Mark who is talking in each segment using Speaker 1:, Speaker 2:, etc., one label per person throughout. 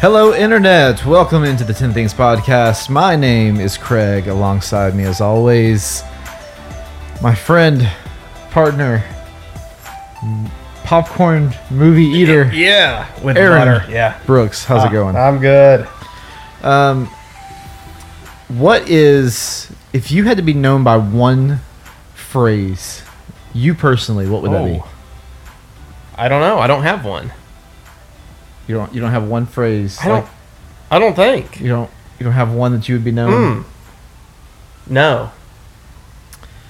Speaker 1: Hello, Internet. Welcome into the 10 Things Podcast. My name is Craig. Alongside me, as always, my friend, partner, m- popcorn movie eater,
Speaker 2: Yeah, with
Speaker 1: Aaron.
Speaker 2: butter. Yeah. Ah,
Speaker 1: Brooks. How's it going?
Speaker 2: I'm good.
Speaker 1: Um, what is, if you had to be known by one phrase, you personally, what would that be?
Speaker 2: Oh. I don't know. I don't have one.
Speaker 1: You don't, you don't have one phrase.
Speaker 2: I don't. I don't think.
Speaker 1: you don't, you don't have one that you would be known.
Speaker 2: Hmm. No.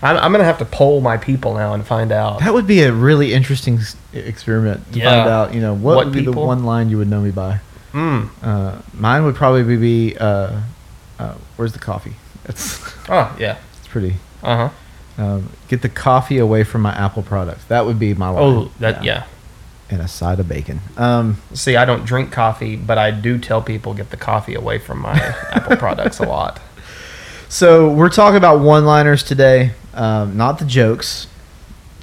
Speaker 2: I'm, I'm gonna have to poll my people now and find out.
Speaker 1: That would be a really interesting s- e, experiment to
Speaker 2: Yeah.
Speaker 1: find out. You know, what,
Speaker 2: What
Speaker 1: would be the
Speaker 2: people?
Speaker 1: one line you would know me by?
Speaker 2: Mm.
Speaker 1: Uh, mine would probably be, uh, uh, "Where's the coffee?" That's
Speaker 2: Oh yeah.
Speaker 1: it's pretty.
Speaker 2: Uh huh.
Speaker 1: Um, get the coffee away from my Apple product. That would be my line.
Speaker 2: Oh that yeah.
Speaker 1: And a side of bacon. Um,
Speaker 2: See, I don't drink coffee, but I do tell people get the coffee away from my Apple products a lot.
Speaker 1: so we're talking about one-liners today. Um, not the jokes.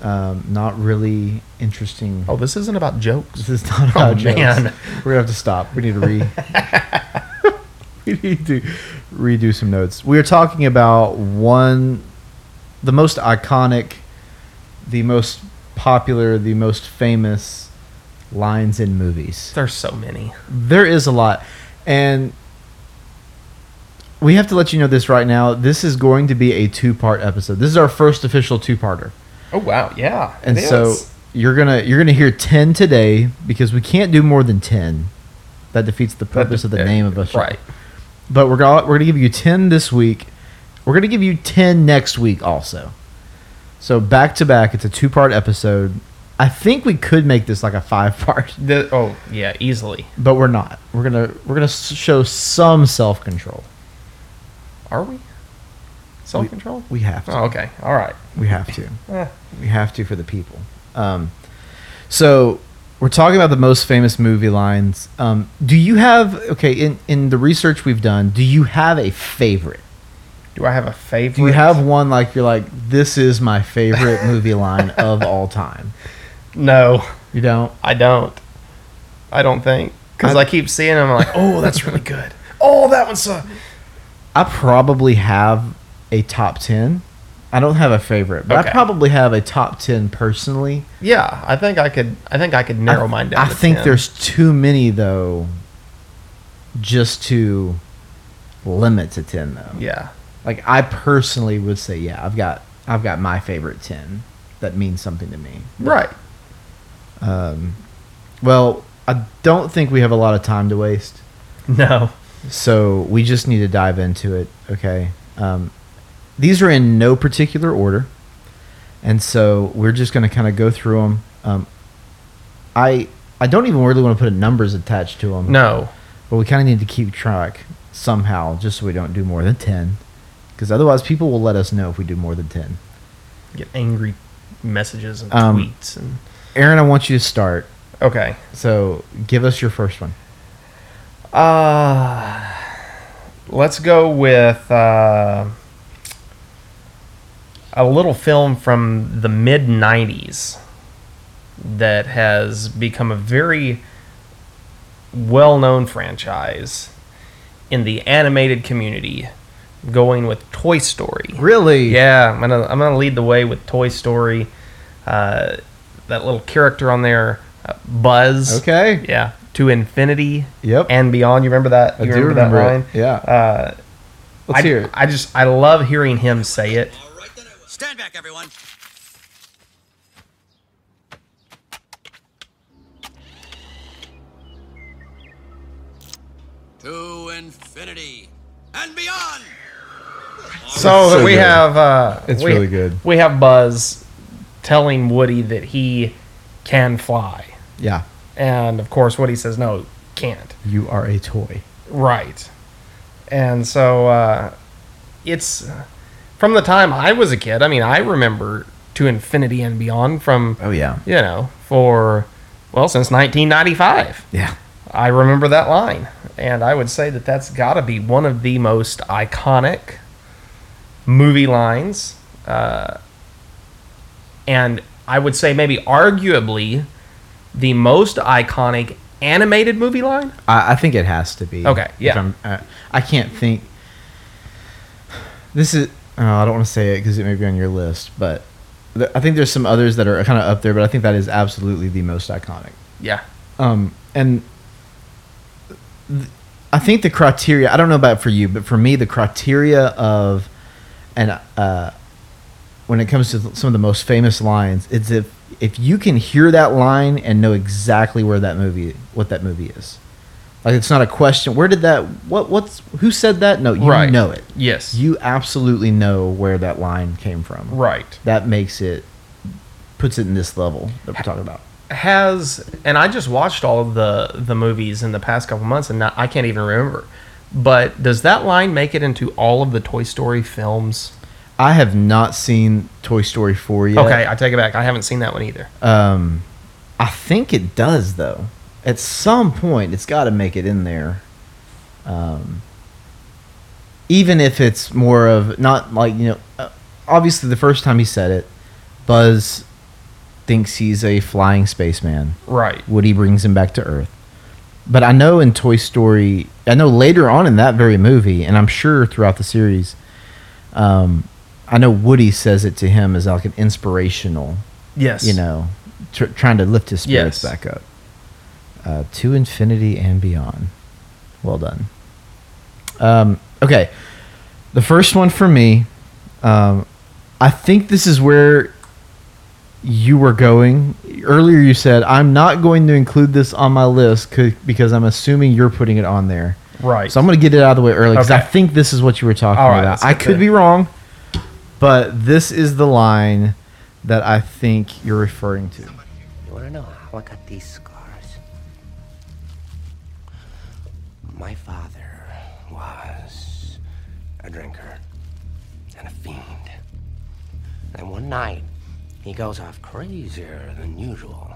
Speaker 1: Um, not really interesting.
Speaker 2: Oh, this isn't about jokes.
Speaker 1: This is not about jokes.
Speaker 2: man.
Speaker 1: Oh, We're gonna have to stop. We need to re. we need to redo some notes. We are talking about one, the most iconic, the most popular, the most famous lines in movies.
Speaker 2: There's so many.
Speaker 1: There is a lot, and we have to let you know this right now. This is going to be a two-part episode. This is our first official two-parter
Speaker 2: Oh wow. Yeah.
Speaker 1: and
Speaker 2: it
Speaker 1: so
Speaker 2: is.
Speaker 1: you're gonna you're gonna hear 10 today because we can't do more than 10 that defeats the purpose of the name of us
Speaker 2: Right.
Speaker 1: but we're gonna we're gonna give you 10 this week we're gonna give you 10 next week also so back to back it's a two part episode i think we could make this like a five part
Speaker 2: The, oh yeah. Easily.
Speaker 1: but we're not we're gonna we're gonna s- show some self-control
Speaker 2: Are we? Self control.
Speaker 1: we have to
Speaker 2: Oh okay. All right.
Speaker 1: we have to
Speaker 2: Eh.
Speaker 1: We have to for the people. Um, so we're talking about the most famous movie lines. Um, do you have okay in in the research we've done? Do you have a favorite?
Speaker 2: Do I have a favorite?
Speaker 1: Do you have one like you're like this is my favorite movie line of all time?
Speaker 2: No,
Speaker 1: You don't.
Speaker 2: I don't. I don't think because
Speaker 1: I-
Speaker 2: I, keep seeing them. I'm like, oh, that's really good. Oh, that one's so.
Speaker 1: I probably have a top ten. I don't have a favorite, but I
Speaker 2: Okay.
Speaker 1: probably have a top ten personally.
Speaker 2: Yeah, I think I could. I think I could narrow
Speaker 1: I,
Speaker 2: mine down.
Speaker 1: I
Speaker 2: to
Speaker 1: think
Speaker 2: 10.
Speaker 1: there's too many though, just to limit to ten though.
Speaker 2: Yeah.
Speaker 1: like I personally would say, yeah, I've got I've got my favorite ten that means something to me.
Speaker 2: Right.
Speaker 1: Um, well, I don't think we have a lot of time to waste,
Speaker 2: No.
Speaker 1: so we just need to dive into it. Okay. Um, these are in no particular order, and so we're just going to kind of go through them. Um, I I don't even really want to put numbers attached to them.
Speaker 2: No.
Speaker 1: But we kind of need to keep track somehow, just so we don't do more than 10. Because otherwise, people will let us know if we do more than 10.
Speaker 2: Get angry messages and
Speaker 1: Um,
Speaker 2: tweets and.
Speaker 1: Aaron, I want you to start.
Speaker 2: Okay.
Speaker 1: So give us your first one.
Speaker 2: Uh let's go with uh, a little film from the mid '90s that has become a very well-known franchise in the animated community. Going with Toy Story.
Speaker 1: Really?
Speaker 2: Yeah, I'm gonna I'm gonna lead the way with Toy Story. Uh, that little character on there, uh, Buzz.
Speaker 1: Okay.
Speaker 2: Yeah, to infinity
Speaker 1: Yep.
Speaker 2: and beyond. You remember that?
Speaker 1: I
Speaker 2: you
Speaker 1: do remember
Speaker 2: that
Speaker 1: it.
Speaker 2: line?
Speaker 1: Yeah.
Speaker 2: Uh,
Speaker 1: Let's
Speaker 2: I,
Speaker 1: hear it.
Speaker 2: I just I love hearing him say it.
Speaker 3: Stand back, everyone. To infinity and beyond.
Speaker 2: So,
Speaker 1: so
Speaker 2: we
Speaker 1: good.
Speaker 2: have uh,
Speaker 1: It's
Speaker 2: we-
Speaker 1: really good.
Speaker 2: We have Buzz telling Woody that he can fly,
Speaker 1: Yeah.
Speaker 2: and of course Woody says no, can't.
Speaker 1: You are a toy.
Speaker 2: Right. And so uh, it's uh, from the time I was a kid. I mean, I remember to infinity and beyond from
Speaker 1: Oh, yeah.
Speaker 2: you know for well since 1995.
Speaker 1: Yeah.
Speaker 2: I remember that line, and I would say that that's got to be one of the most iconic movie lines, uh, and I would say maybe arguably the most iconic animated movie line?
Speaker 1: I, I think it has to be.
Speaker 2: Okay,
Speaker 1: If
Speaker 2: yeah.
Speaker 1: I'm, I, I can't think. This is. Oh, I don't want to say it because it may be on your list, but th- I think there's some others that are kind of up there. But I think that is absolutely the most iconic.
Speaker 2: Yeah.
Speaker 1: Um, and th- I think the criteria. I don't know about for you, but for me, the criteria of and uh, when it comes to th- some of the most famous lines, it's if if you can hear that line and know exactly where that movie, what that movie is. Like it's not a question. Where did that? What? What's? Who said that? No, you
Speaker 2: Right.
Speaker 1: know it.
Speaker 2: Yes.
Speaker 1: You absolutely know where that line came from.
Speaker 2: right.
Speaker 1: That makes it puts it in this level that we're talking about.
Speaker 2: has and I just watched all of the the movies in the past couple months and not, I can't even remember. But does that line make it into all of the Toy Story films?
Speaker 1: I have not seen Toy Story 4 yet.
Speaker 2: Okay, I take it back. I haven't seen that one either.
Speaker 1: Um, I think it does though. At some point, it's got to make it in there. Um, even if it's more of not like you know, uh, obviously the first time he said it, Buzz thinks he's a flying spaceman.
Speaker 2: Right.
Speaker 1: Woody brings him back to Earth. But I know in Toy Story, I know later on in that very movie, and I'm sure throughout the series, um, I know Woody says it to him as like an inspirational
Speaker 2: Yes.
Speaker 1: you know, tr- trying to lift his spirits
Speaker 2: Yes.
Speaker 1: back up uh, to infinity and beyond. Well done. Um, okay, the first one for me. Um, I think this is where you were going earlier. You said I'm not going to include this on my list c- because I'm assuming you're putting it on there.
Speaker 2: Right.
Speaker 1: So I'm going to get it out of the way early because I
Speaker 2: Okay.
Speaker 1: think this is what you were talking
Speaker 2: All right,
Speaker 1: about.
Speaker 2: let's
Speaker 1: I
Speaker 2: get
Speaker 1: could
Speaker 2: the-
Speaker 1: be wrong, but this is the line that I think you're referring to.
Speaker 4: You wanna know how I got these scars? My father was a drinker and a fiend. And one night, he goes off crazier than usual.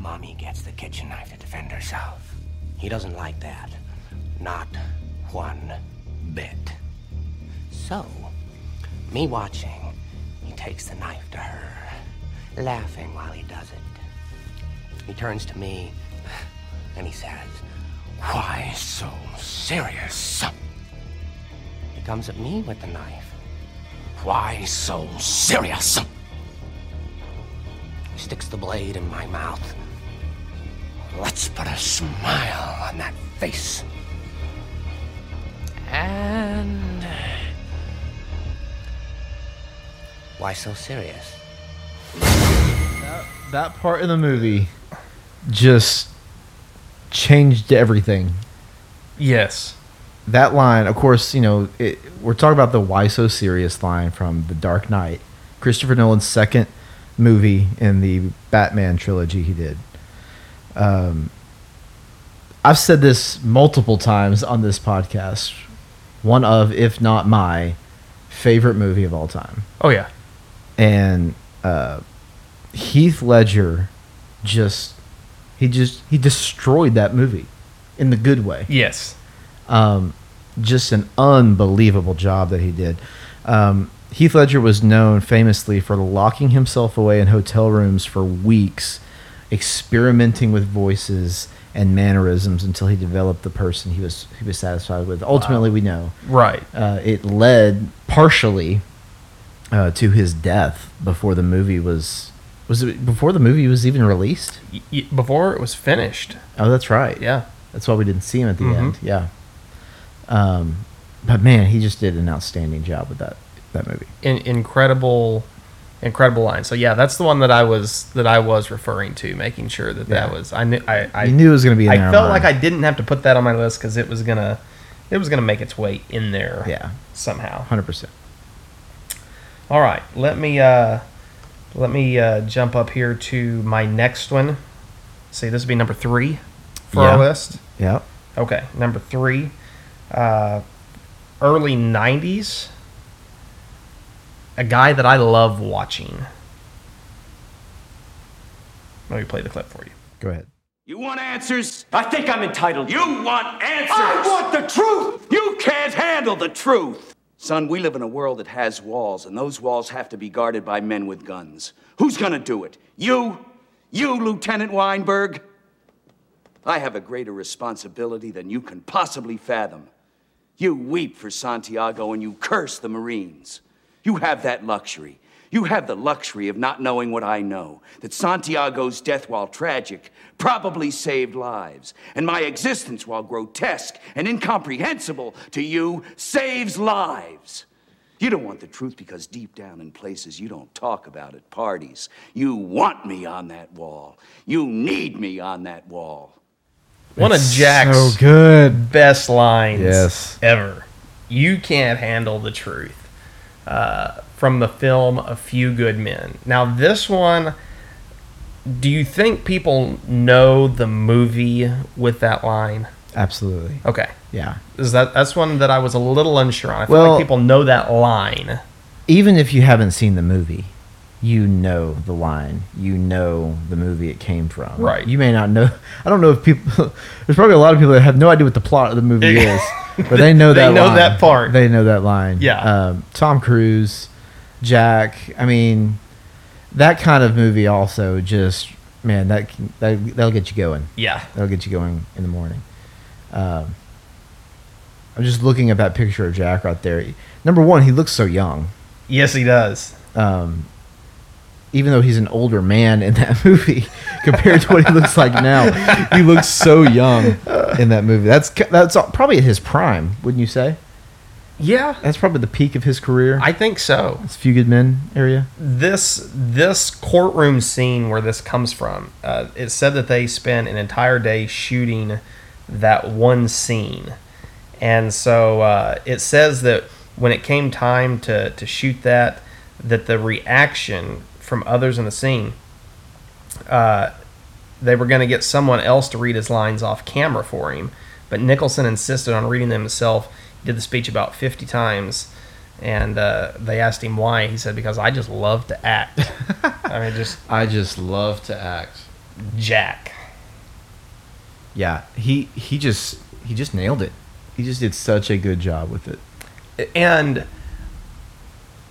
Speaker 4: Mommy gets the kitchen knife to defend herself. He doesn't like that. Not one bit. So, me watching, he takes the knife to her, laughing while he does it. He turns to me and he says, Why so serious? He comes at me with the knife. Why so serious? He sticks the blade in my mouth. Let's put a smile on that face. And. Why so serious?
Speaker 1: That part in the movie just changed everything.
Speaker 2: Yes.
Speaker 1: That line, of course, you know, it, we're talking about the why so serious line from The Dark Knight, Christopher Nolan's second movie in the Batman trilogy he did. Um, I've said this multiple times on this podcast. One of, if not my, favorite movie of all time.
Speaker 2: Oh yeah.
Speaker 1: and uh, Heath Ledger just he just he destroyed that movie in the good way.
Speaker 2: Yes.
Speaker 1: Um, just an unbelievable job that he did. Um, Heath Ledger was known famously for locking himself away in hotel rooms for weeks, experimenting with voices and mannerisms until he developed the person he was he was satisfied with. Ultimately, we know
Speaker 2: Right.
Speaker 1: uh, it led partially uh, to his death before the movie was was it before the movie was even released.
Speaker 2: Y- y- before it was finished.
Speaker 1: Oh, that's right.
Speaker 2: Yeah.
Speaker 1: that's why we didn't see him at the
Speaker 2: Mhm.
Speaker 1: end. Yeah. Um, but man, he just did an outstanding job with that that movie.
Speaker 2: In- incredible incredible line. So yeah, that's the one that I was that I was referring to, making sure that that
Speaker 1: Yeah.
Speaker 2: was I knew I I
Speaker 1: I knew it was going to be. In
Speaker 2: I
Speaker 1: there
Speaker 2: felt
Speaker 1: online.
Speaker 2: like I didn't have to put that on my list because it was gonna, it was gonna make its way in there.
Speaker 1: Yeah.
Speaker 2: somehow.
Speaker 1: hundred percent.
Speaker 2: All right, let me uh, let me uh, jump up here to my next one. See, this would be number three for
Speaker 1: Yeah.
Speaker 2: our list.
Speaker 1: Yeah.
Speaker 2: Okay, number three, uh, early '90s. A guy that I love watching. Let me play the clip for you.
Speaker 1: Go ahead.
Speaker 5: You want answers?
Speaker 6: I think I'm entitled.
Speaker 5: You want answers?
Speaker 6: I want the truth.
Speaker 5: You can't handle the truth! Son, we live in a world that has walls, and those walls have to be guarded by men with guns. Who's gonna do it? You? You, Lieutenant Weinberg? I have a greater responsibility than you can possibly fathom. You weep for Santiago and you curse the Marines. You have that luxury. You have the luxury of not knowing what I know that Santiago's death, while tragic, probably saved lives. And my existence, while grotesque and incomprehensible to you, saves lives. You don't want the truth because deep down in places you don't talk about at parties, you want me on that wall. You need me on that wall.
Speaker 2: One of Jack's
Speaker 1: So good.
Speaker 2: best lines
Speaker 1: Yes.
Speaker 2: ever. You can't handle the truth. Uh, from the film A Few Good Men. Now, this one, do you think people know the movie with that line?
Speaker 1: Absolutely.
Speaker 2: Okay.
Speaker 1: Yeah.
Speaker 2: Is that that's one that I was a little unsure on. I feel
Speaker 1: Well-
Speaker 2: like people know that line.
Speaker 1: Even if you haven't seen the movie, you know the line. You know the movie it came from.
Speaker 2: Right.
Speaker 1: You may not know. I don't know if people. There's probably a lot of people that have no idea what the plot of the movie is, but they know
Speaker 2: They
Speaker 1: that.
Speaker 2: know
Speaker 1: line.
Speaker 2: that part.
Speaker 1: They know that line.
Speaker 2: Yeah.
Speaker 1: Um, Tom Cruise, Jack. I mean, that kind of movie also just man that can- that that'll get you going.
Speaker 2: Yeah.
Speaker 1: That'll get you going in the morning. Um, I'm just looking at that picture of Jack right there. Number one, he looks so young.
Speaker 2: Yes, he does.
Speaker 1: Um, even though he's an older man in that movie compared to what he looks like now, he looks so young in that movie. That's ki- that's all- probably his prime, wouldn't you say?
Speaker 2: Yeah.
Speaker 1: That's probably the peak of his career.
Speaker 2: I think so.
Speaker 1: it's Few Good Men area.
Speaker 2: this this courtroom scene where this comes from uh, it said that they spent an entire day shooting that one scene and so uh, it says that when it came time to, to shoot that that the reaction from others in the scene uh, they were going to get someone else to read his lines off camera for him but nicholson insisted on reading them himself he did the speech about 50 times and uh, they asked him why he said because i just love to act i mean just
Speaker 7: I just love to act.
Speaker 2: jack
Speaker 1: Yeah, he he just he just nailed it. He just did such a good job with it.
Speaker 2: and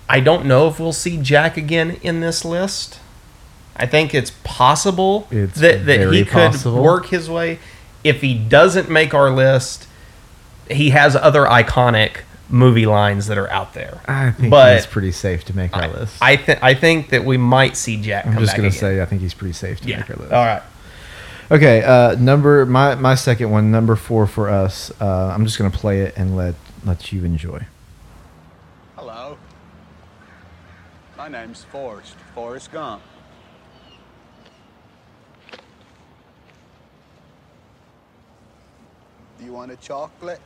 Speaker 2: I don't know if we'll see Jack again in this list. I think it's possible
Speaker 1: It's
Speaker 2: that, that
Speaker 1: very
Speaker 2: he could
Speaker 1: possible.
Speaker 2: work his way. If he doesn't make our list, he has other iconic movie lines that are out there.
Speaker 1: I think
Speaker 2: But-
Speaker 1: he's pretty safe to make our
Speaker 2: I,
Speaker 1: list.
Speaker 2: I think I think that we might see Jack.
Speaker 1: I'm
Speaker 2: come
Speaker 1: just
Speaker 2: back
Speaker 1: gonna
Speaker 2: again.
Speaker 1: say I think he's pretty safe to
Speaker 2: yeah. Oh,
Speaker 1: make our list.
Speaker 2: All right.
Speaker 1: Okay, uh, number my my second one, number four for us. Uh, I'm just gonna play it and let let you enjoy.
Speaker 8: Hello. My name's Forrest, Forrest Gump. Do you want a chocolate?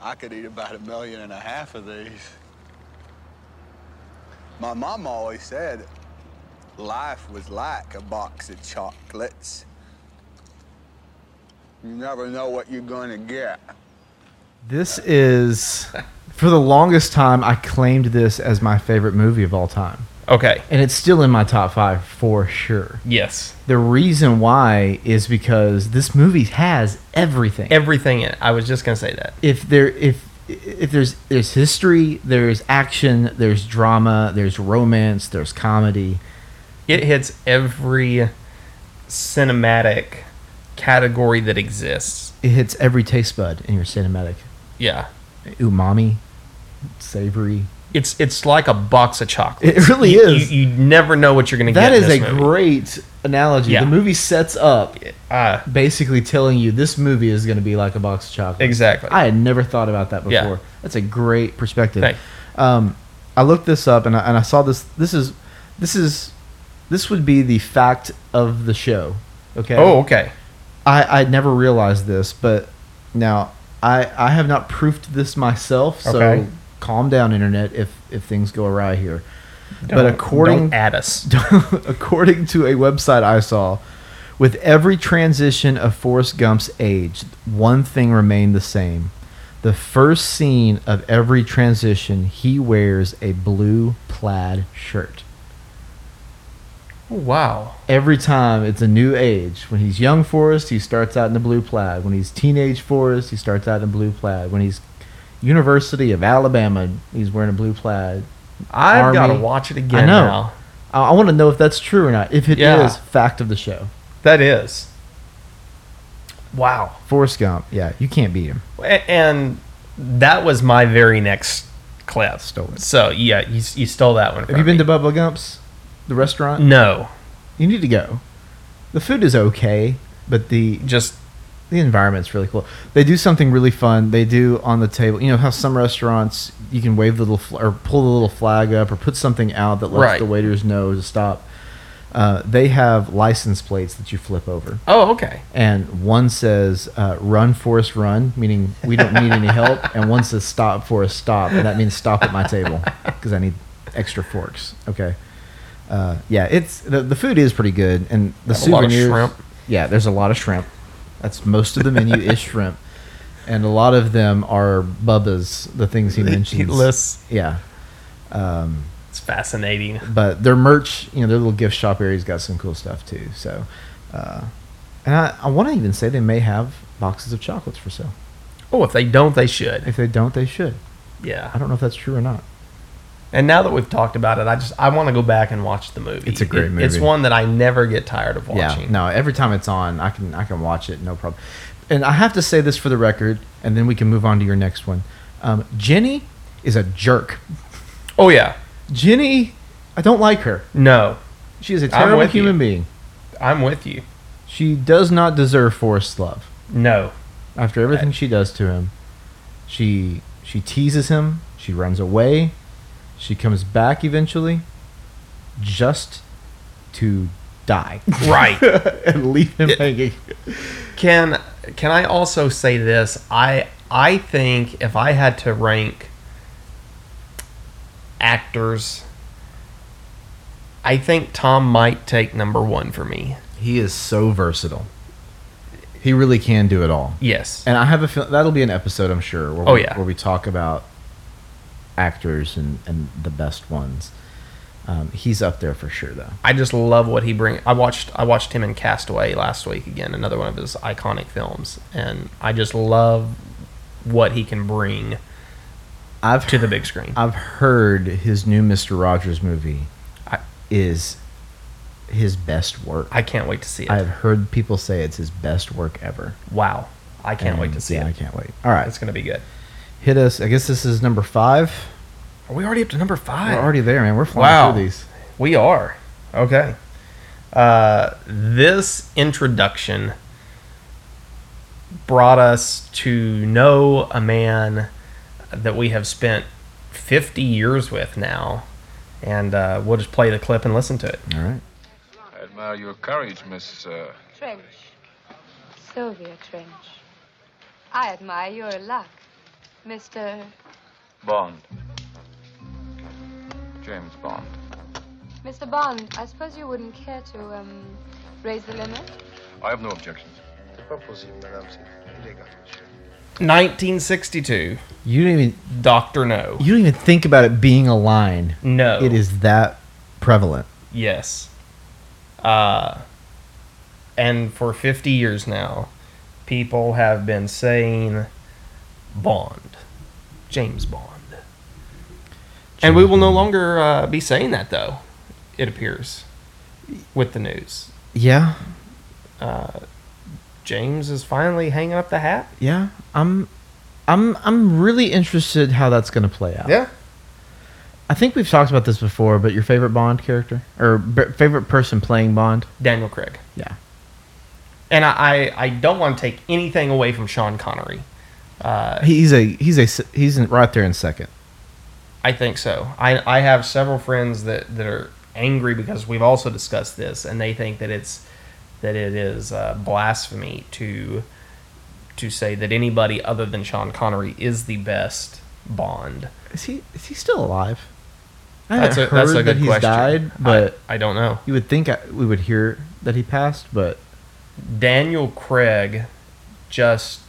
Speaker 8: I could eat about a million and a half of these. My mom always said life was like a box of chocolates. You never know what you're gonna get.
Speaker 1: This is for the longest time I claimed this as my favorite movie of all time,
Speaker 2: Okay.
Speaker 1: and it's still in my top five for sure.
Speaker 2: Yes.
Speaker 1: The reason why is because this movie has everything.
Speaker 2: Everything in it. I was just gonna say that.
Speaker 1: if there if if there's there's history, there's action, there's drama, there's romance, there's comedy.
Speaker 2: It hits every cinematic category that exists.
Speaker 1: It hits every taste bud in your cinematic.
Speaker 2: Yeah.
Speaker 1: umami, savory.
Speaker 2: It's it's like a box of chocolates.
Speaker 1: It really
Speaker 2: You-
Speaker 1: is.
Speaker 2: You, you never know what you're going to get.
Speaker 1: That is a
Speaker 2: in this movie.
Speaker 1: great analogy.
Speaker 2: Yeah.
Speaker 1: The movie sets up
Speaker 2: Uh,
Speaker 1: basically telling you this movie is going to be like a box of chocolates.
Speaker 2: Exactly.
Speaker 1: I had never thought about that before.
Speaker 2: Yeah.
Speaker 1: That's a great perspective.
Speaker 2: Thank-
Speaker 1: Um, I looked this up and I, and I saw this. This is this is this would be the fact of the show. Okay.
Speaker 2: oh, okay.
Speaker 1: I, I never realized this, but now I I have not proofed this myself, so
Speaker 2: Okay.
Speaker 1: calm down, internet, if if things go awry here. but according
Speaker 2: Don't add us.
Speaker 1: according to a website I saw, with every transition of Forrest Gump's age, one thing remained the same. The first scene of every transition, he wears a blue plaid shirt Oh,
Speaker 2: Wow.
Speaker 1: every time it's a new age. When he's young Forrest, he starts out in the blue plaid. When he's teenage Forrest, he starts out in blue plaid. When he's University of Alabama, he's wearing a blue plaid.
Speaker 2: I've got to
Speaker 1: Army.
Speaker 2: watch it again
Speaker 1: I know.
Speaker 2: now.
Speaker 1: I, want to know if that's true or not. If it is
Speaker 2: Yeah.
Speaker 1: fact of the show,
Speaker 2: That is. Wow.
Speaker 1: Forrest Gump. Yeah, you can't beat him.
Speaker 2: A- And that was my very next clip.
Speaker 1: Stole it.
Speaker 2: So yeah, you, s- you stole that one.
Speaker 1: Have you been to Bubba Gump's, the restaurant?
Speaker 2: No,
Speaker 1: Mm. You need to go. The food is okay, but the
Speaker 2: just
Speaker 1: the environment's really cool. They do something really fun. They do on the table. You know how some restaurants you can wave the little fl- or pull the little flag up or put something out that lets
Speaker 2: Right.
Speaker 1: the waiters know to stop. Uh, they have license plates that you flip over,
Speaker 2: oh okay.
Speaker 1: and one says uh, "Run, Forrest, run," meaning we don't need any help, and one says "Stop, Forrest, stop," and that means stop at my table because I need extra forks. Okay. Uh, yeah, it's the, the food is pretty good, and the
Speaker 2: Have a lot of
Speaker 1: souvenirs.
Speaker 2: shrimp.
Speaker 1: Yeah, there's a lot of shrimp. That's most of the menu is shrimp, and a lot of them are Bubba's, the things he mentions.
Speaker 2: He lists.
Speaker 1: Yeah,
Speaker 2: It's fascinating.
Speaker 1: but their merch, you know, their little gift shop area's got some cool stuff too. So, uh, and I, I want to even say they may have boxes of chocolates for sale.
Speaker 2: Oh, if they don't, they should.
Speaker 1: If they don't, they should. I
Speaker 2: Yeah.
Speaker 1: don't know if that's true or not.
Speaker 2: And now that we've talked about it, I just I want to go back and watch the movie.
Speaker 1: It's a great
Speaker 2: It- It's
Speaker 1: movie.
Speaker 2: one that I never get tired of watching.
Speaker 1: Yeah, no. Every time it's on, I can I can watch it, no problem. And I have to say this for the record, and then we can move on to your next one. Um, Jenny is a jerk.
Speaker 2: Oh yeah.
Speaker 1: Jenny, I don't like her.
Speaker 2: No,
Speaker 1: She is a terrible
Speaker 2: with you.
Speaker 1: human being.
Speaker 2: I'm with you.
Speaker 1: She does not deserve Forrest's love.
Speaker 2: No.
Speaker 1: After everything she does to him, she she teases him. She runs away. She comes back eventually, just to die
Speaker 2: Right.
Speaker 1: and leave him hanging.
Speaker 2: Can can I also say this? I I think if I had to rank actors, I think Tom might take number one for me.
Speaker 1: He is so versatile. He really can do it all.
Speaker 2: Yes.
Speaker 1: And I have a feeling that'll be an episode, I'm sure. Where
Speaker 2: Oh,
Speaker 1: we,
Speaker 2: yeah.
Speaker 1: where we talk about actors and and the best ones. Um, he's up there for sure, though.
Speaker 2: I just love what he brings. I watched I watched him in Castaway last week again, another one of his iconic films, and I just love what he can bring
Speaker 1: I've
Speaker 2: to the big screen.
Speaker 1: I've heard his new Mister Rogers movie
Speaker 2: I-
Speaker 1: is his best work.
Speaker 2: I can't wait to see it.
Speaker 1: I've heard people say it's his best work ever.
Speaker 2: wow. I can't wait
Speaker 1: And,
Speaker 2: to see
Speaker 1: yeah, I
Speaker 2: it.
Speaker 1: can't wait. All right,
Speaker 2: It's going to be good.
Speaker 1: hit us. I guess this is number five.
Speaker 2: Are we already up to number 5?
Speaker 1: We're already there, man. We're flying
Speaker 2: Wow.
Speaker 1: through these.
Speaker 2: We are. Okay. Uh, this introduction brought us to know a man that we have spent 50 years with now. And uh, we'll just play the clip and listen to it.
Speaker 1: All right.
Speaker 9: I admire your courage, Miss. Uh...
Speaker 10: Trench. Sylvia Trench. I admire your luck, Mr.
Speaker 9: Bond. James Bond.
Speaker 10: Mr. Bond. I suppose you wouldn't care to um raise the limit.
Speaker 9: I have no objections.
Speaker 2: 1962,
Speaker 1: You didn't even
Speaker 2: Dr. No.
Speaker 1: you don't even think about it being a line.
Speaker 2: No.
Speaker 1: It is that prevalent.
Speaker 2: Yes. Uh, and for 50 years now, people have been saying Bond, James Bond. and we will no longer uh, be saying that, though, it appears, with the news.
Speaker 1: Yeah,
Speaker 2: James is finally hanging up the hat.
Speaker 1: yeah. I'm, I'm, I'm really interested how that's going to play out. I think we've talked about this before, but your favorite Bond character or b- favorite person playing Bond?
Speaker 2: Daniel Craig.
Speaker 1: Yeah.
Speaker 2: And I, I, I don't want to take anything away from Sean Connery.
Speaker 1: He's a he's a s- he's in, right there in second.
Speaker 2: I think so. I, I have several friends that, that are angry because we've also discussed this, and they think that it's that it is uh, blasphemy to to say that anybody other than Sean Connery is the best Bond.
Speaker 1: Is he is he still alive? I
Speaker 2: That's a
Speaker 1: haven't
Speaker 2: that's a
Speaker 1: heard
Speaker 2: good
Speaker 1: that he's
Speaker 2: question.
Speaker 1: died, but
Speaker 2: I, I don't know.
Speaker 1: you would think I, we would hear that he passed, but
Speaker 2: Daniel Craig just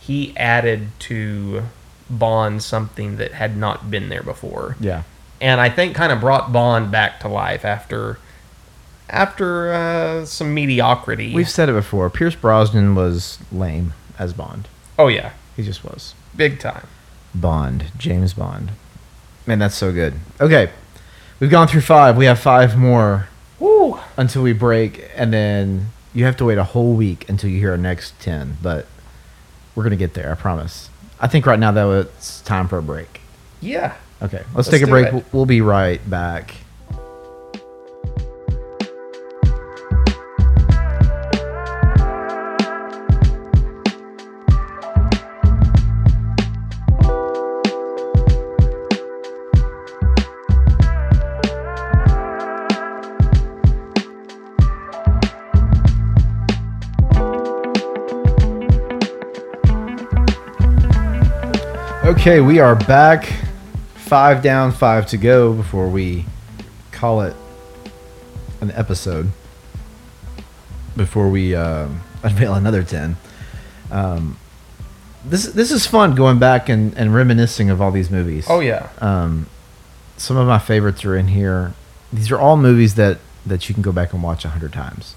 Speaker 2: he added to Bond something that had not been there before.
Speaker 1: yeah.
Speaker 2: and I think kind of brought Bond back to life after after uh, some mediocrity.
Speaker 1: We've said it before. Pierce Brosnan was lame as Bond.
Speaker 2: oh yeah,
Speaker 1: He just was.
Speaker 2: big time.
Speaker 1: Bond, James Bond. Man, that's so good. Okay. We've gone through five. We have five more
Speaker 2: Woo!
Speaker 1: until we break, and then you have to wait a whole week until you hear our next ten. But we're gonna get there, I promise. I think right now though it's time for a break.
Speaker 2: Yeah.
Speaker 1: Okay, let's,
Speaker 2: Let's
Speaker 1: take a
Speaker 2: do
Speaker 1: break.
Speaker 2: it.
Speaker 1: We'll- We'll be right back. Okay, we are back. Five down, five to go before we call it an episode. Before we um, unveil another ten. Um, this this is fun going back and, and reminiscing of all these movies.
Speaker 2: Oh yeah.
Speaker 1: Um, some of my favorites are in here. These are all movies that that you can go back and watch a hundred times.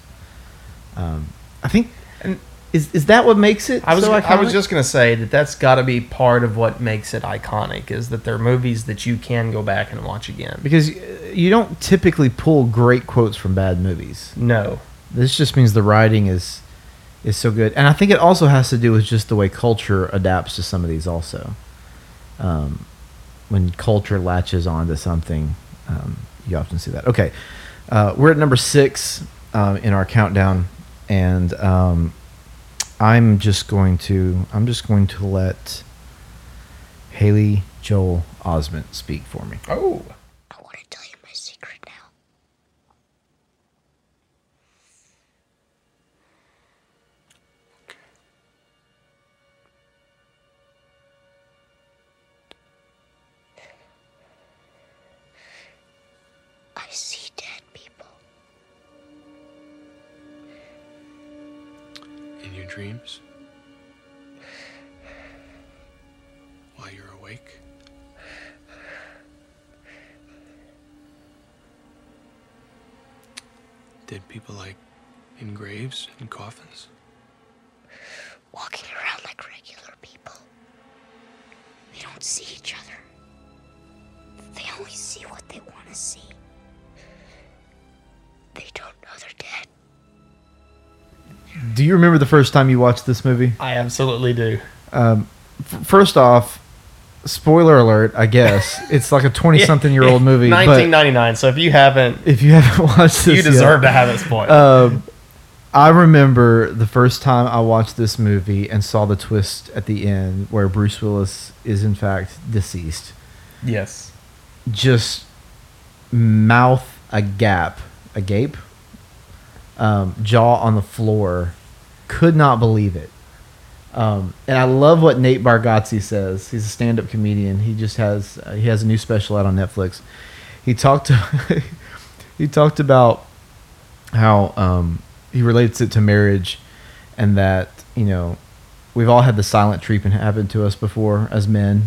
Speaker 1: Um, I think
Speaker 2: And-
Speaker 1: is is that what makes it?
Speaker 2: I was
Speaker 1: so
Speaker 2: I was
Speaker 1: iconic?
Speaker 2: just gonna say that that's got to be part of what makes it iconic is that they're movies that you can go back and watch again.
Speaker 1: because y- you don't typically pull great quotes from bad movies.
Speaker 2: No.
Speaker 1: This just means the writing is is so good, and I think it also has to do with just the way culture adapts to some of these. Also, um, when culture latches onto something, um, you often see that. Okay, uh, we're at number six um, in our countdown, and um, I'm just going to I'm just going to let Haley Joel Osment speak for me.
Speaker 2: Oh.
Speaker 11: I want to tell you my secret now. I see dead people.
Speaker 12: In your dreams? While you're awake? Dead people like in graves and coffins?
Speaker 11: Walking around like regular people. They don't see each other. They only see what they want to see. They don't know they're dead.
Speaker 1: Do you remember the first time you watched this movie?
Speaker 2: I absolutely do.
Speaker 1: Um, f- first off, spoiler alert. I guess it's like a twenty-something-year-old movie. but
Speaker 2: Nineteen ninety nine. So if you haven't,
Speaker 1: if you haven't watched this,
Speaker 2: you deserve
Speaker 1: yet-
Speaker 2: to have it spoiled.
Speaker 1: Um, I remember the first time I watched this movie and saw the twist at the end where Bruce Willis is in fact deceased.
Speaker 2: yes.
Speaker 1: Just mouth a gap, a gape, um, jaw on the floor. Could not believe it. Um, and I love what Nate Bargatze says. He's a stand-up comedian. He just has uh, he has a new special out on Netflix. He talked he talked about how um, he relates it to marriage, and that you know we've all had the silent treatment happen to us before as men,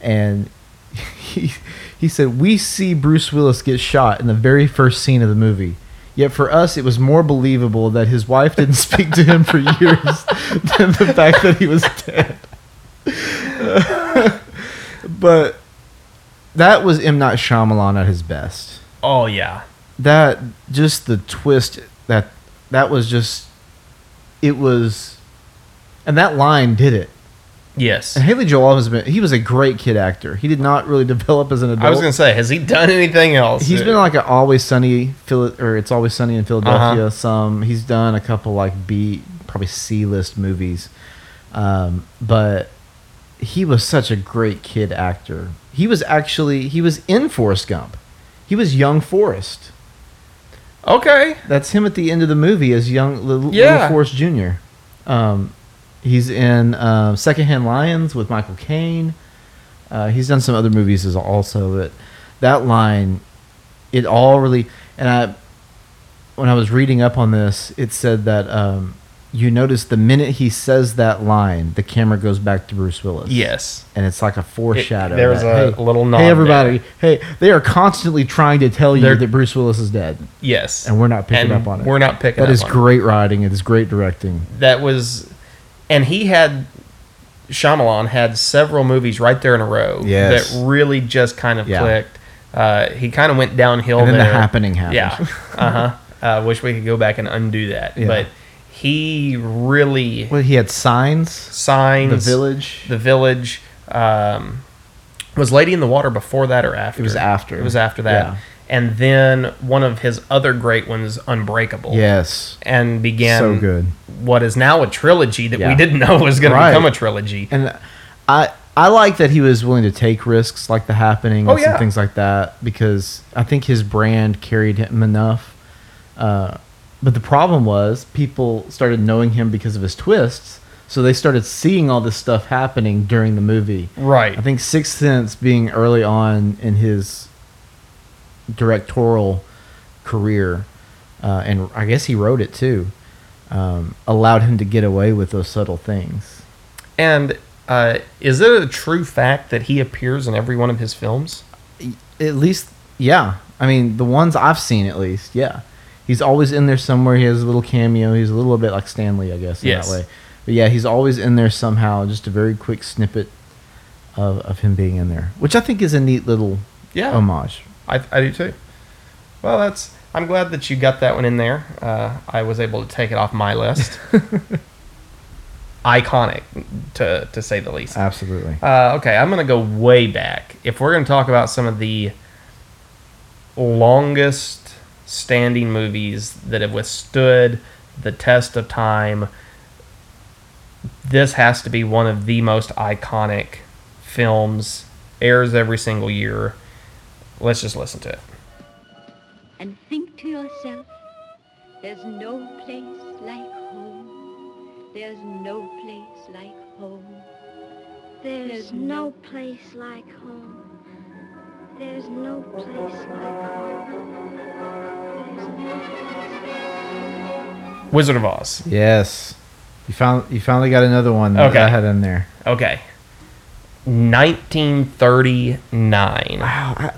Speaker 1: and he he said we see Bruce Willis get shot in the very first scene of the movie. Yet for us, it was more believable that his wife didn't speak to him for years than the fact that he was dead. but that was M. Night Shyamalan at his best
Speaker 2: Oh yeah.
Speaker 1: that just the twist that that was just it was and that line did it
Speaker 2: Yes.
Speaker 1: and haley joel osment he was a great kid actor he did not really develop as an adult
Speaker 2: I was gonna say, has he done anything else?
Speaker 1: He's been like an always sunny Phil- or it's always sunny in philadelphia
Speaker 2: Uh-huh.
Speaker 1: some he's done a couple like b probably c list movies um, but he was such a great kid actor he was actually he was in forrest gump he was young forrest
Speaker 2: okay.
Speaker 1: that's him at the end of the movie as young little,
Speaker 2: Yeah.
Speaker 1: little Forrest Jr. Um, he's in uh, Secondhand Lions with Michael Caine. Uh, he's done some other movies as also, but that line, it all really. And I, when I was reading up on this, it said that um, you notice the minute he says that line, the camera goes back to Bruce Willis.
Speaker 2: Yes.
Speaker 1: And it's like a foreshadow.
Speaker 2: It- there's
Speaker 1: that,
Speaker 2: a little nod
Speaker 1: Hey, everybody. Hey, they are constantly trying to tell you
Speaker 2: They're-
Speaker 1: that Bruce Willis is dead
Speaker 2: Yes.
Speaker 1: and we're not picking
Speaker 2: And
Speaker 1: up on it.
Speaker 2: We're not picking
Speaker 1: That
Speaker 2: up
Speaker 1: is
Speaker 2: on it.
Speaker 1: great writing. It is great directing.
Speaker 2: That was, and he had, Shyamalan had several movies right there in a row
Speaker 1: Yes.
Speaker 2: that really just kind of
Speaker 1: Yeah.
Speaker 2: clicked. Uh, he kind of went downhill.
Speaker 1: And then the
Speaker 2: there.
Speaker 1: happening happened.
Speaker 2: Yeah. Uh-huh. Uh Wish we could go back and undo that,
Speaker 1: Yeah.
Speaker 2: but he really
Speaker 1: Well, he had signs.
Speaker 2: Signs.
Speaker 1: The village.
Speaker 2: The village. Um, was Lady in the Water before that or after?
Speaker 1: It was after.
Speaker 2: It was after that.
Speaker 1: Yeah.
Speaker 2: And then one of his other great ones, Unbreakable.
Speaker 1: Yes.
Speaker 2: And began
Speaker 1: So good.
Speaker 2: what is now a trilogy that
Speaker 1: Yeah.
Speaker 2: we didn't know was going
Speaker 1: Right.
Speaker 2: to become a trilogy.
Speaker 1: And I I like that he was willing to take risks like the happening
Speaker 2: Oh,
Speaker 1: and some
Speaker 2: yeah.
Speaker 1: things like that because I think his brand carried him enough. Uh, but the problem was people started knowing him because of his twists, so they started seeing all this stuff happening during the movie.
Speaker 2: Right.
Speaker 1: I think Sixth Sense being early on in his directorial career, uh, and I guess he wrote it too, um, allowed him to get away with those subtle things.
Speaker 2: And uh, is it a true fact that he appears in every one of his films?
Speaker 1: at least yeah i mean the ones i've seen at least yeah he's always in there somewhere he has a little cameo he's a little bit like stanley i guess in
Speaker 2: Yes.
Speaker 1: that way but yeah he's always in there somehow just a very quick snippet of, of him being in there which i think is a neat little
Speaker 2: Yeah.
Speaker 1: homage
Speaker 2: I, I do too. Well, that's. I'm glad that you got that one in there. Uh, I was able to take it off my list. Iconic, to to say the least.
Speaker 1: absolutely
Speaker 2: Uh, okay, I'm gonna go way back. If we're gonna talk about some of the longest standing movies that have withstood the test of time, this has to be one of the most iconic films. Airs every single year. Let's just listen to it.
Speaker 13: and think to yourself, there's no place like home. There's no place like home.
Speaker 11: There's, no place like home. There's no place like home. There's no place like home.
Speaker 2: Wizard of Oz.
Speaker 1: yes you found you finally got another one that
Speaker 2: Okay.
Speaker 1: i had in there
Speaker 2: Okay. 1939.
Speaker 1: wow I,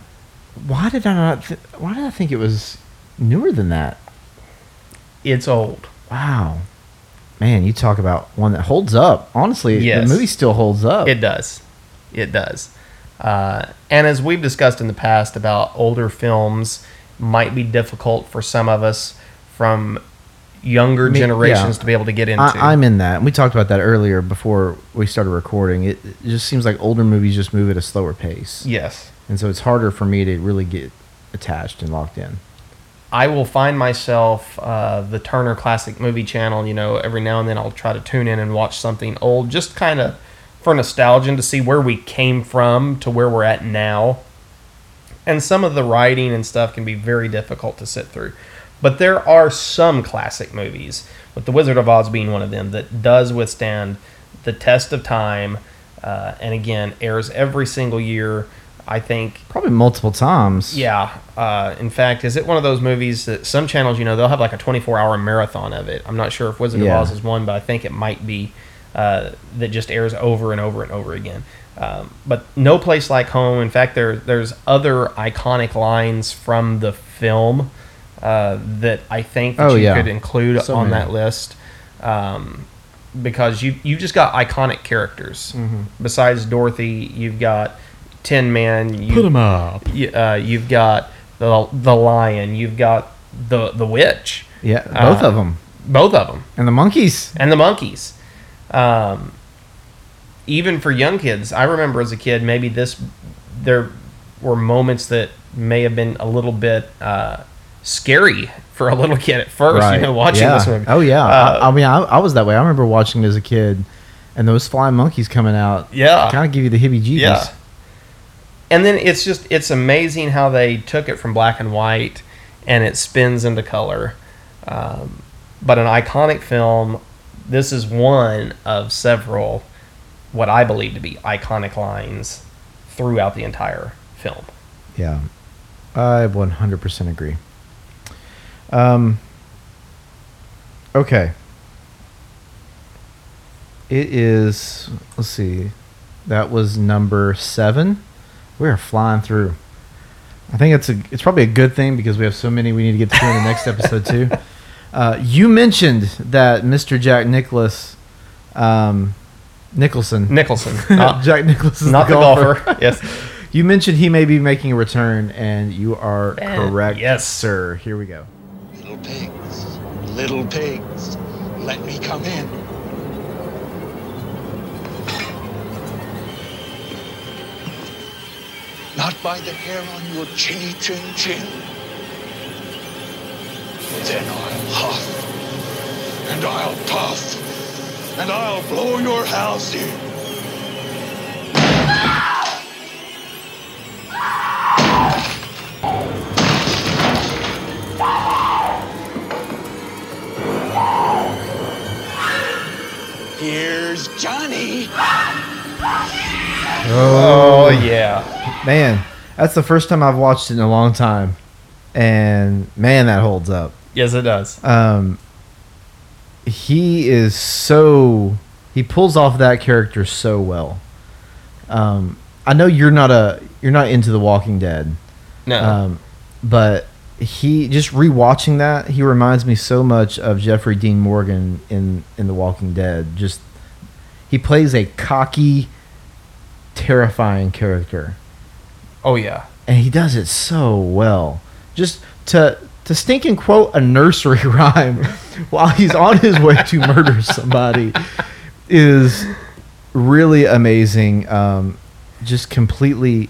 Speaker 1: why did i not th- why did i think it was newer than that
Speaker 2: It's old.
Speaker 1: wow man you talk about one that holds up honestly
Speaker 2: Yes.
Speaker 1: the movie still holds up
Speaker 2: It does. It does. Uh, and as we've discussed in the past about older films, might be difficult for some of us from younger
Speaker 1: Me-
Speaker 2: generations
Speaker 1: yeah.
Speaker 2: to be able to get into.
Speaker 1: I, I'm in that. And we talked about that earlier before we started recording. It, it just seems like older movies just move at a slower pace.
Speaker 2: yes.
Speaker 1: And so it's harder for me to really get attached and locked in.
Speaker 2: I will find myself uh, the Turner Classic Movie Channel. You know, every now and then I'll try to tune in and watch something old, just kind of for nostalgia and to see where we came from to where we're at now. And some of the writing and stuff can be very difficult to sit through. But there are some classic movies, with The Wizard of Oz being one of them, that does withstand the test of time. Uh, and again, airs every single year. I think
Speaker 1: Probably multiple times.
Speaker 2: yeah. Uh, in fact, is it one of those movies that some channels, you know, they'll have like a 24 hour marathon of it? I'm not sure if Wizard
Speaker 1: Yeah.
Speaker 2: of Oz is one, but I think it might be uh, that just airs over and over and over again. Um, but no place like home. In fact, there there's other iconic lines from the film uh, that I think that
Speaker 1: Oh,
Speaker 2: you
Speaker 1: yeah.
Speaker 2: could include
Speaker 1: So
Speaker 2: on
Speaker 1: many.
Speaker 2: that list um, because you you just got iconic characters.
Speaker 1: Mm-hmm.
Speaker 2: Besides Dorothy, you've got Tin Man. You,
Speaker 12: Put 'em up.
Speaker 2: You, uh, you've got the the lion. You've got the the witch.
Speaker 1: Yeah, both
Speaker 2: Uh,
Speaker 1: of them.
Speaker 2: Both of them
Speaker 1: And the monkeys.
Speaker 2: and the monkeys. Um, even for young kids, I remember as a kid, maybe this there were moments that may have been a little bit uh, scary for a little kid at first. You know, watching
Speaker 1: yeah.
Speaker 2: this movie.
Speaker 1: Oh, yeah.
Speaker 2: Uh,
Speaker 1: I, I mean, I, I was that way. I remember watching it as a kid and those flying monkeys coming out.
Speaker 2: Yeah.
Speaker 1: Kind of give you the heebie jeebies.
Speaker 2: Yeah. And then it's just it's amazing how they took it from black and white and it spins into color. Um, but an iconic film, this is one of several what I believe to be iconic lines throughout the entire film.
Speaker 1: Yeah, I 100% agree. Um, okay. It is, let's see, that was number seven. We are flying through. I think it's a it's probably a good thing because we have so many we need to get to in the next episode too. Uh, you mentioned that Mr. Jack Nicholas, um, Nicholson,
Speaker 2: Nicholson, not,
Speaker 1: Jack Nicholas is
Speaker 2: not
Speaker 1: the
Speaker 2: the
Speaker 1: golfer.
Speaker 2: golfer. yes.
Speaker 1: You mentioned he may be making a return, and you are correct.
Speaker 2: yes.
Speaker 1: sir. Here we go.
Speaker 14: Little pigs, little pigs, let me come in. Not by the hair on your chinny chin chin. Then I'll huff, and I'll puff, and I'll blow your house in. Here's Johnny.
Speaker 2: Oh, yeah.
Speaker 1: Man, that's the first time I've watched it in a long time. And man, that holds up.
Speaker 2: Yes, it does.
Speaker 1: Um he is so he pulls off that character so well. Um I know you're not a you're not into The Walking Dead.
Speaker 2: No.
Speaker 1: Um but he just rewatching that, he reminds me so much of Jeffrey Dean Morgan in in The Walking Dead. Just he plays a cocky terrifying character
Speaker 2: Oh, yeah.
Speaker 1: and he does it so well. Just to to stinking quote a nursery rhyme while he's on his way to murder somebody is really amazing. Um, just completely,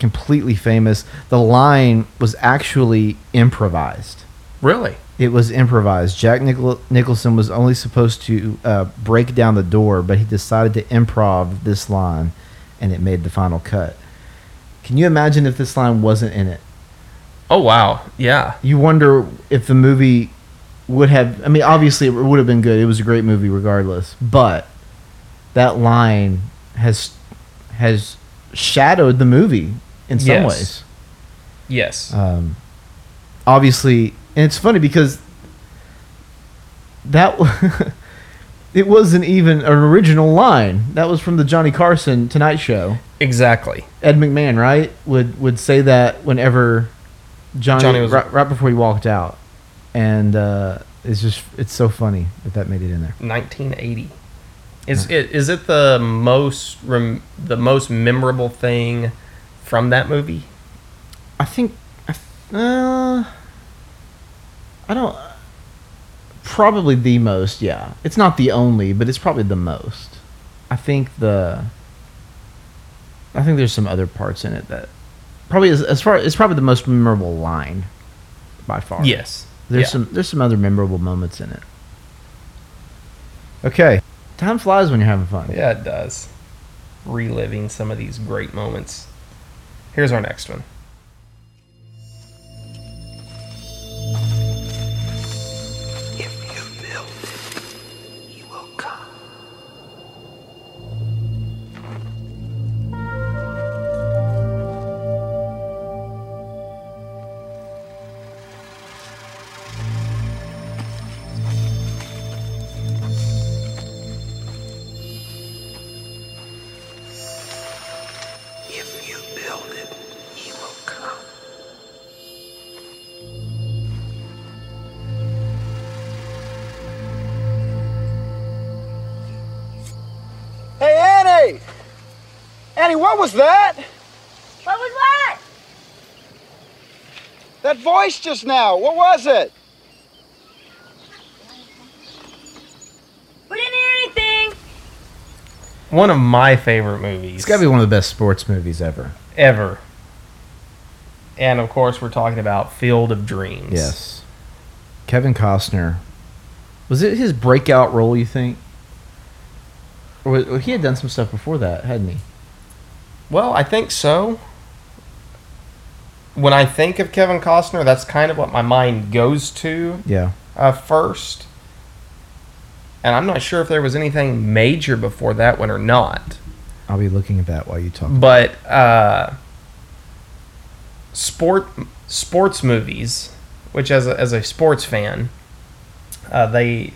Speaker 1: completely famous. The line was actually improvised.
Speaker 2: Really?
Speaker 1: It was improvised. Jack Nichol- Nicholson was only supposed to uh, break down the door, but he decided to improv this line, and it made the final cut. Can you imagine if this line wasn't in it?
Speaker 2: Oh, wow. Yeah.
Speaker 1: You wonder if the movie would have. I mean, obviously, it would have been good. It was a great movie, regardless. But that line has has shadowed the movie in some
Speaker 2: Yes.
Speaker 1: ways.
Speaker 2: Yes.
Speaker 1: Um, obviously, and it's funny because that w- it wasn't even an original line. That was from the Johnny Carson Tonight Show.
Speaker 2: exactly.
Speaker 1: Ed McMahon, right, would would say that whenever Johnny,
Speaker 2: Johnny was-
Speaker 1: right, right before he walked out, and uh, it's just it's so funny that that made it in there.
Speaker 2: 1980. Is it is it the most rem, the most memorable thing from that movie?
Speaker 1: I think, I th- uh, I don't. Probably the most, yeah. It's not the only, but it's probably the most. I think the. I think there's some other parts in it that, probably as, as far it's probably the most memorable line, by far.
Speaker 2: Yes.
Speaker 1: There's
Speaker 2: Yeah.
Speaker 1: some there's some other memorable moments in it. Okay. Time flies when you're having fun.
Speaker 2: Yeah, it does. Reliving some of these great moments. Here's our next one.
Speaker 14: If you build it, he will come.
Speaker 6: Hey, Annie! Annie, what was that?
Speaker 15: What was what?
Speaker 6: That voice just now, what was it?
Speaker 15: We didn't hear anything.
Speaker 2: One of my favorite movies.
Speaker 1: It's got to be one of the best sports movies ever.
Speaker 2: ever. And of course, we're talking about Field of Dreams.
Speaker 1: Yes. Kevin Costner. Was it his breakout role, you think? Or was, well, he had done some stuff before that, hadn't he?
Speaker 2: Well, I think so. When I think of Kevin Costner, that's kind of what my mind goes to
Speaker 1: Yeah.
Speaker 2: uh, first. And I'm not sure if there was anything major before that one or not.
Speaker 1: I'll be looking at that while you talk.
Speaker 2: But uh, sport sports movies, which as a, as a sports fan, uh, they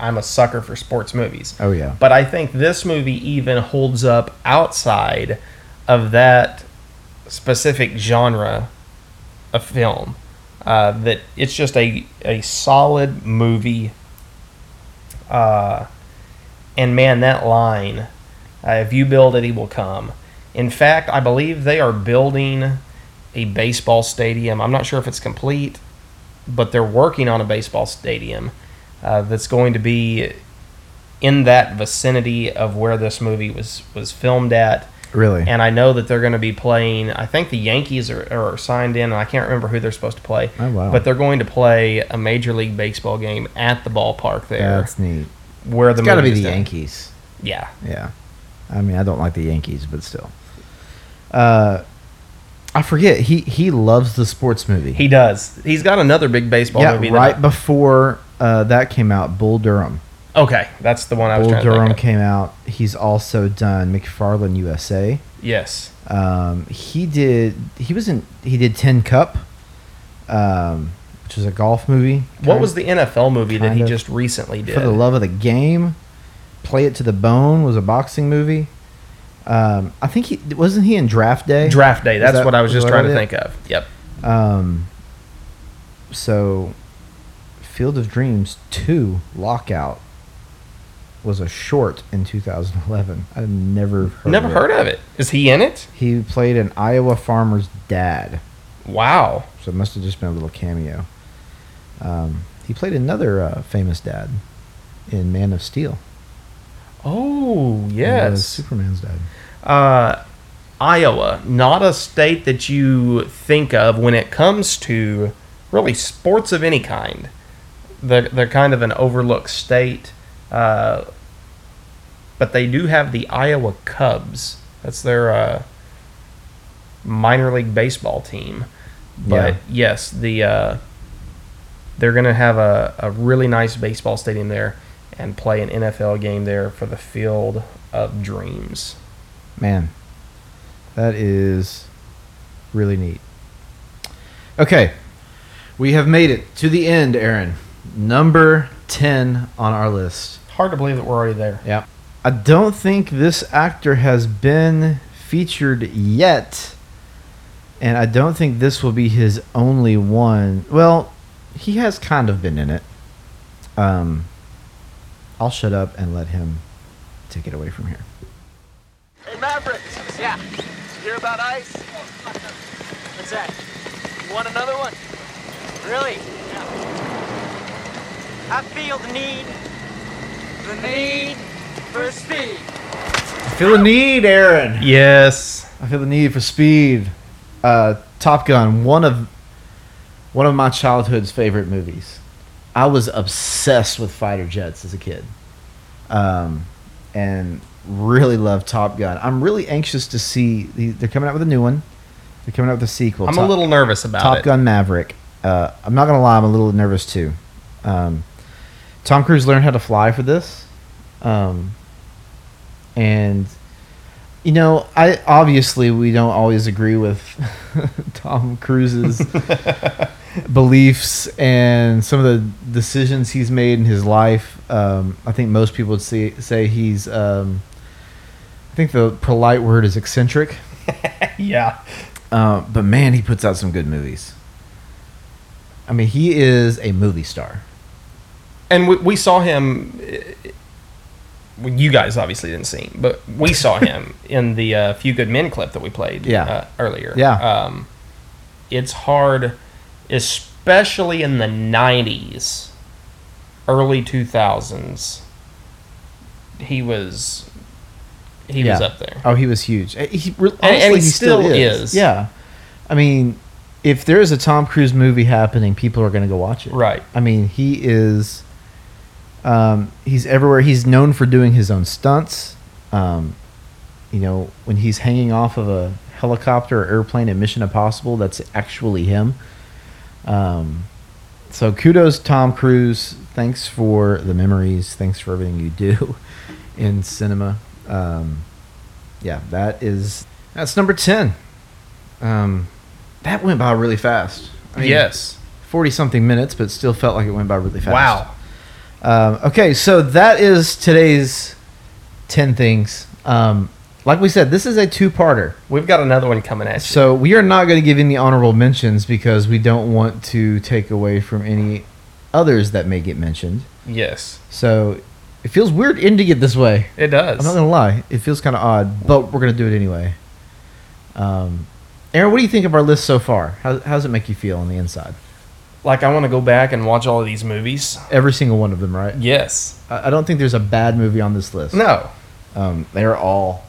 Speaker 2: I'm a sucker for sports movies.
Speaker 1: Oh, yeah.
Speaker 2: But I think this movie even holds up outside of that specific genre of film. Uh, that it's just a, a solid movie. Uh, and man, that line, uh, if you build it, he will come, In fact, I believe they are building a baseball stadium. I'm not sure if it's complete, but they're working on a baseball stadium uh, that's going to be in that vicinity of where this movie was was filmed at.
Speaker 1: Really?
Speaker 2: And I know that they're going to be playing. I think the Yankees are, are signed in, and I can't remember who they're supposed to play.
Speaker 1: Oh, wow.
Speaker 2: But they're going to play a major league baseball game at the ballpark there.
Speaker 1: That's neat.
Speaker 2: Where the
Speaker 1: it's got to be the
Speaker 2: movie is done.
Speaker 1: Yankees.
Speaker 2: Yeah.
Speaker 1: Yeah. I mean, I don't like the Yankees, but still. Uh, I forget. He he loves the sports movie.
Speaker 2: He does. He's got another big baseball
Speaker 1: yeah,
Speaker 2: movie. that-
Speaker 1: right before uh, that came out, Bull Durham.
Speaker 2: okay, that's the one I was
Speaker 1: Bull
Speaker 2: trying to think
Speaker 1: Durham
Speaker 2: of.
Speaker 1: came out. He's also done McFarlane USA.
Speaker 2: Yes.
Speaker 1: Um, he did. He was in. He did Ten Cup, um, which was a golf movie.
Speaker 2: What
Speaker 1: kind
Speaker 2: was the NFL movie that
Speaker 1: kind
Speaker 2: he
Speaker 1: of.
Speaker 2: just recently did?
Speaker 1: For the love of the game, play it to the bone was a boxing movie. Um, I think he wasn't he in Draft Day.
Speaker 2: Draft Day.
Speaker 1: Is
Speaker 2: That's
Speaker 1: that-
Speaker 2: what I was
Speaker 1: is
Speaker 2: just
Speaker 1: that
Speaker 2: trying
Speaker 1: it
Speaker 2: to
Speaker 1: is?
Speaker 2: think of. Yep.
Speaker 1: Um, so, Field of Dreams two lockout was a short in 2011. I've never heard
Speaker 2: Never
Speaker 1: of
Speaker 2: heard of it. Is he in it?
Speaker 1: He played an Iowa farmer's dad,
Speaker 2: Wow.
Speaker 1: so it must have just been a little cameo. Um, he played another uh, famous dad in Man of Steel.
Speaker 2: Oh
Speaker 1: He was
Speaker 2: yes.
Speaker 1: Superman's dad.
Speaker 2: Uh, Iowa, not a state that you think of when it comes to really sports of any kind. They're, they're kind of an overlooked state, uh, but they do have the Iowa Cubs. That's their uh, minor league baseball team. But
Speaker 1: Yeah.
Speaker 2: yes, the uh, they're going to have a, a really nice baseball stadium there and play an NFL game there for the Field of Dreams.
Speaker 1: Man, that is really neat. Okay, we have made it to the end, Aaron. Number 10 on our list.
Speaker 2: Hard to believe that we're already there.
Speaker 1: Yeah. I don't think this actor has been featured yet, and I don't think this will be his only one. Well, he has kind of been in it. Um, I'll shut up and let him take it away from here.
Speaker 16: Hey, Maverick. Yeah. hear about ice? What's that? You want another one? Really? I feel the need. The need for speed.
Speaker 1: I feel the need, Aaron.
Speaker 2: Yes.
Speaker 1: I feel the need for speed. Uh, Top Gun, one of one of my childhood's favorite movies. I was obsessed with fighter jets as a kid, um, and really loved Top Gun. I'm really anxious to see the, they're coming out with a new one. They're coming out with a sequel.
Speaker 2: I'm a
Speaker 1: Top-
Speaker 2: little nervous about
Speaker 1: Top
Speaker 2: it.
Speaker 1: Gun Maverick. Uh, I'm not gonna lie, I'm a little nervous too. Um, Tom Cruise learned how to fly for this, um, and you know, I obviously we don't always agree with Tom Cruise's beliefs and some of the decisions he's made in his life. Um, I think most people would see, say he's. Um, I think the polite word is eccentric.
Speaker 2: yeah.
Speaker 1: Uh, but man, he puts out some good movies. I mean, he is a movie star.
Speaker 2: And we, we saw him. eh, Well, you guys obviously didn't see him, but we saw him in the uh, Few Good Men clip that we played
Speaker 1: Yeah.
Speaker 2: uh, earlier.
Speaker 1: Yeah.
Speaker 2: Um, it's hard, especially in the 90s, early 2000s. He was. He was
Speaker 1: Yeah.
Speaker 2: up there.
Speaker 1: Oh, he was huge. Eh, He, re- honestly,
Speaker 2: And- and
Speaker 1: he still, is. Yeah. I mean, if there is a Tom Cruise movie happening, people are going to go watch it.
Speaker 2: Right.
Speaker 1: I mean, he is. Um, he's everywhere. He's known for doing his own stunts. Um, you know, when he's hanging off of a helicopter or airplane in Mission Impossible, that's actually him. Um, so kudos, Tom Cruise. Thanks for the memories. Thanks for everything you do in cinema. Um, yeah, that is that's number ten. Um, that went by really fast. I mean,
Speaker 2: Yes.
Speaker 1: forty something minutes, but still felt like it went by really fast.
Speaker 2: Wow.
Speaker 1: Um, okay, so that is today's ten things. Um, like we said, this is a two parter.
Speaker 2: We've got another one coming at you.
Speaker 1: So we are not going to give any honorable mentions because we don't want to take away from any others that may get mentioned.
Speaker 2: yes.
Speaker 1: So it feels weird ending it this way.
Speaker 2: It does.
Speaker 1: I'm not going to lie. It feels kind of odd, but we're going to do it anyway. Um, Aaron, what do you think of our list so far? How, how does it make you feel on the inside?
Speaker 2: Like I want to go back and watch all of these movies.
Speaker 1: Every single one of them, right?
Speaker 2: Yes.
Speaker 1: I, I don't think there's a bad movie on this list.
Speaker 2: No.
Speaker 1: Um, they're all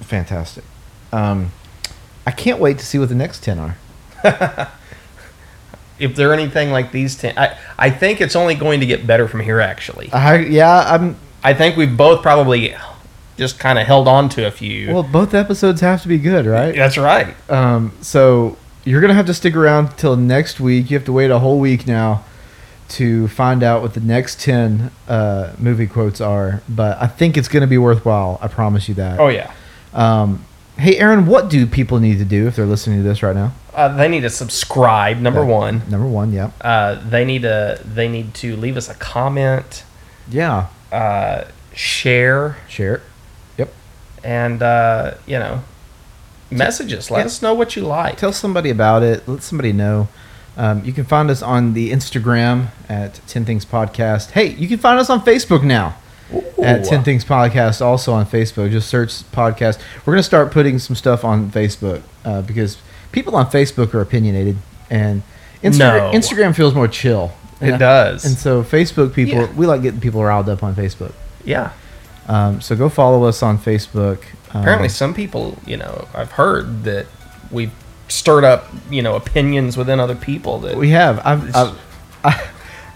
Speaker 1: fantastic. Um, I can't wait to see what the next 10 are.
Speaker 2: if they're anything like these ten, I, I think it's only going to get better from here. Actually,
Speaker 1: I, yeah, I'm.
Speaker 2: I think we've both probably just kind of held on to a few.
Speaker 1: Well, both episodes have to be good, right?
Speaker 2: That's right.
Speaker 1: Um, so you're gonna have to stick around till next week. You have to wait a whole week now to find out what the next ten uh, movie quotes are. But I think it's gonna be worthwhile. I promise you that.
Speaker 2: Oh yeah.
Speaker 1: Um, hey, Aaron, what do people need to do if they're listening to this right now?
Speaker 2: Uh, they need to subscribe. Number
Speaker 1: Yeah.
Speaker 2: one.
Speaker 1: Number one, yeah,
Speaker 2: Uh, they need to. They need to leave us a comment.
Speaker 1: yeah.
Speaker 2: Uh, share
Speaker 1: Share it. Yep.
Speaker 2: and uh, you know, message us. Let
Speaker 1: Yeah.
Speaker 2: us know what you like.
Speaker 1: Tell somebody about it. Let somebody know. Um, you can find us on the Instagram at Ten Things Podcast. Hey, you can find us on Facebook now. at 10 Things Podcast, also on Facebook. Just search podcast. We're going to start putting some stuff on Facebook uh, because people on Facebook are opinionated, and Instagram,
Speaker 2: No.
Speaker 1: Instagram feels more chill.
Speaker 2: It
Speaker 1: And I-
Speaker 2: does.
Speaker 1: And so, Facebook people,
Speaker 2: Yeah.
Speaker 1: we like getting people riled up on Facebook.
Speaker 2: yeah.
Speaker 1: Um, so, go follow us on Facebook. Um,
Speaker 2: Apparently, some people, you know, I've heard that we've stirred up, you know, opinions within other people that
Speaker 1: we have. I've, I've, I,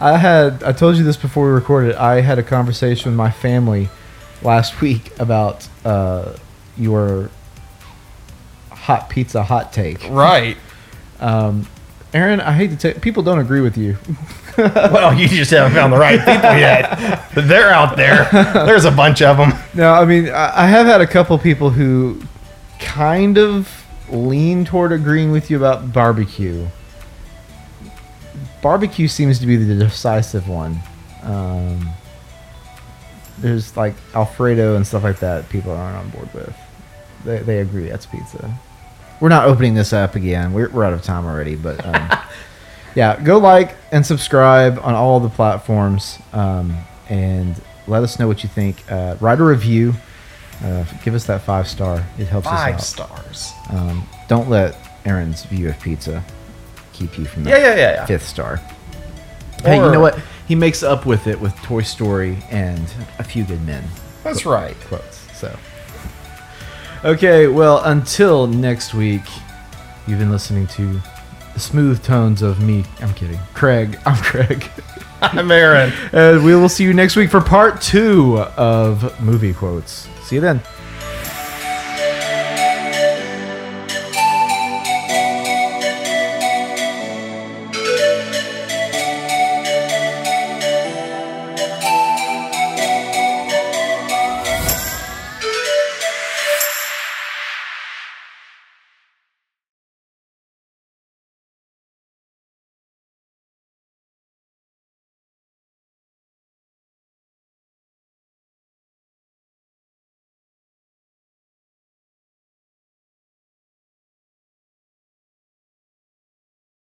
Speaker 1: I had. I told you this before we recorded. I had a conversation with my family last week about uh, your hot pizza hot take.
Speaker 2: right.
Speaker 1: Um, Aaron, I hate to tell people don't agree with you.
Speaker 2: well, Oh, you just haven't found the right people yet. But They're out there. There's a bunch of them.
Speaker 1: No, I mean I, I have had a couple people who kind of lean toward agreeing with you about barbecue. Barbecue seems to be the decisive one. Um, there's like Alfredo and stuff like that. People aren't on board with. They they agree that's pizza. We're not opening this up again. We're we're out of time already, but. Um, yeah go like and subscribe on all the platforms um, and let us know what you think uh, write a review uh, give us that five star it helps
Speaker 2: Five
Speaker 1: us out
Speaker 2: stars.
Speaker 1: um, don't let aaron's view of pizza keep you from that
Speaker 2: Yeah, yeah, yeah, yeah.
Speaker 1: fifth star hey you
Speaker 2: Or-
Speaker 1: know what he makes up with it with toy story and a few good men
Speaker 2: That's right.
Speaker 1: quotes so okay well until next week you've been listening to the smooth tones of me i'm kidding craig i'm craig
Speaker 2: I'm Aaron.
Speaker 1: and we will see you next week for part two of movie quotes. See you then.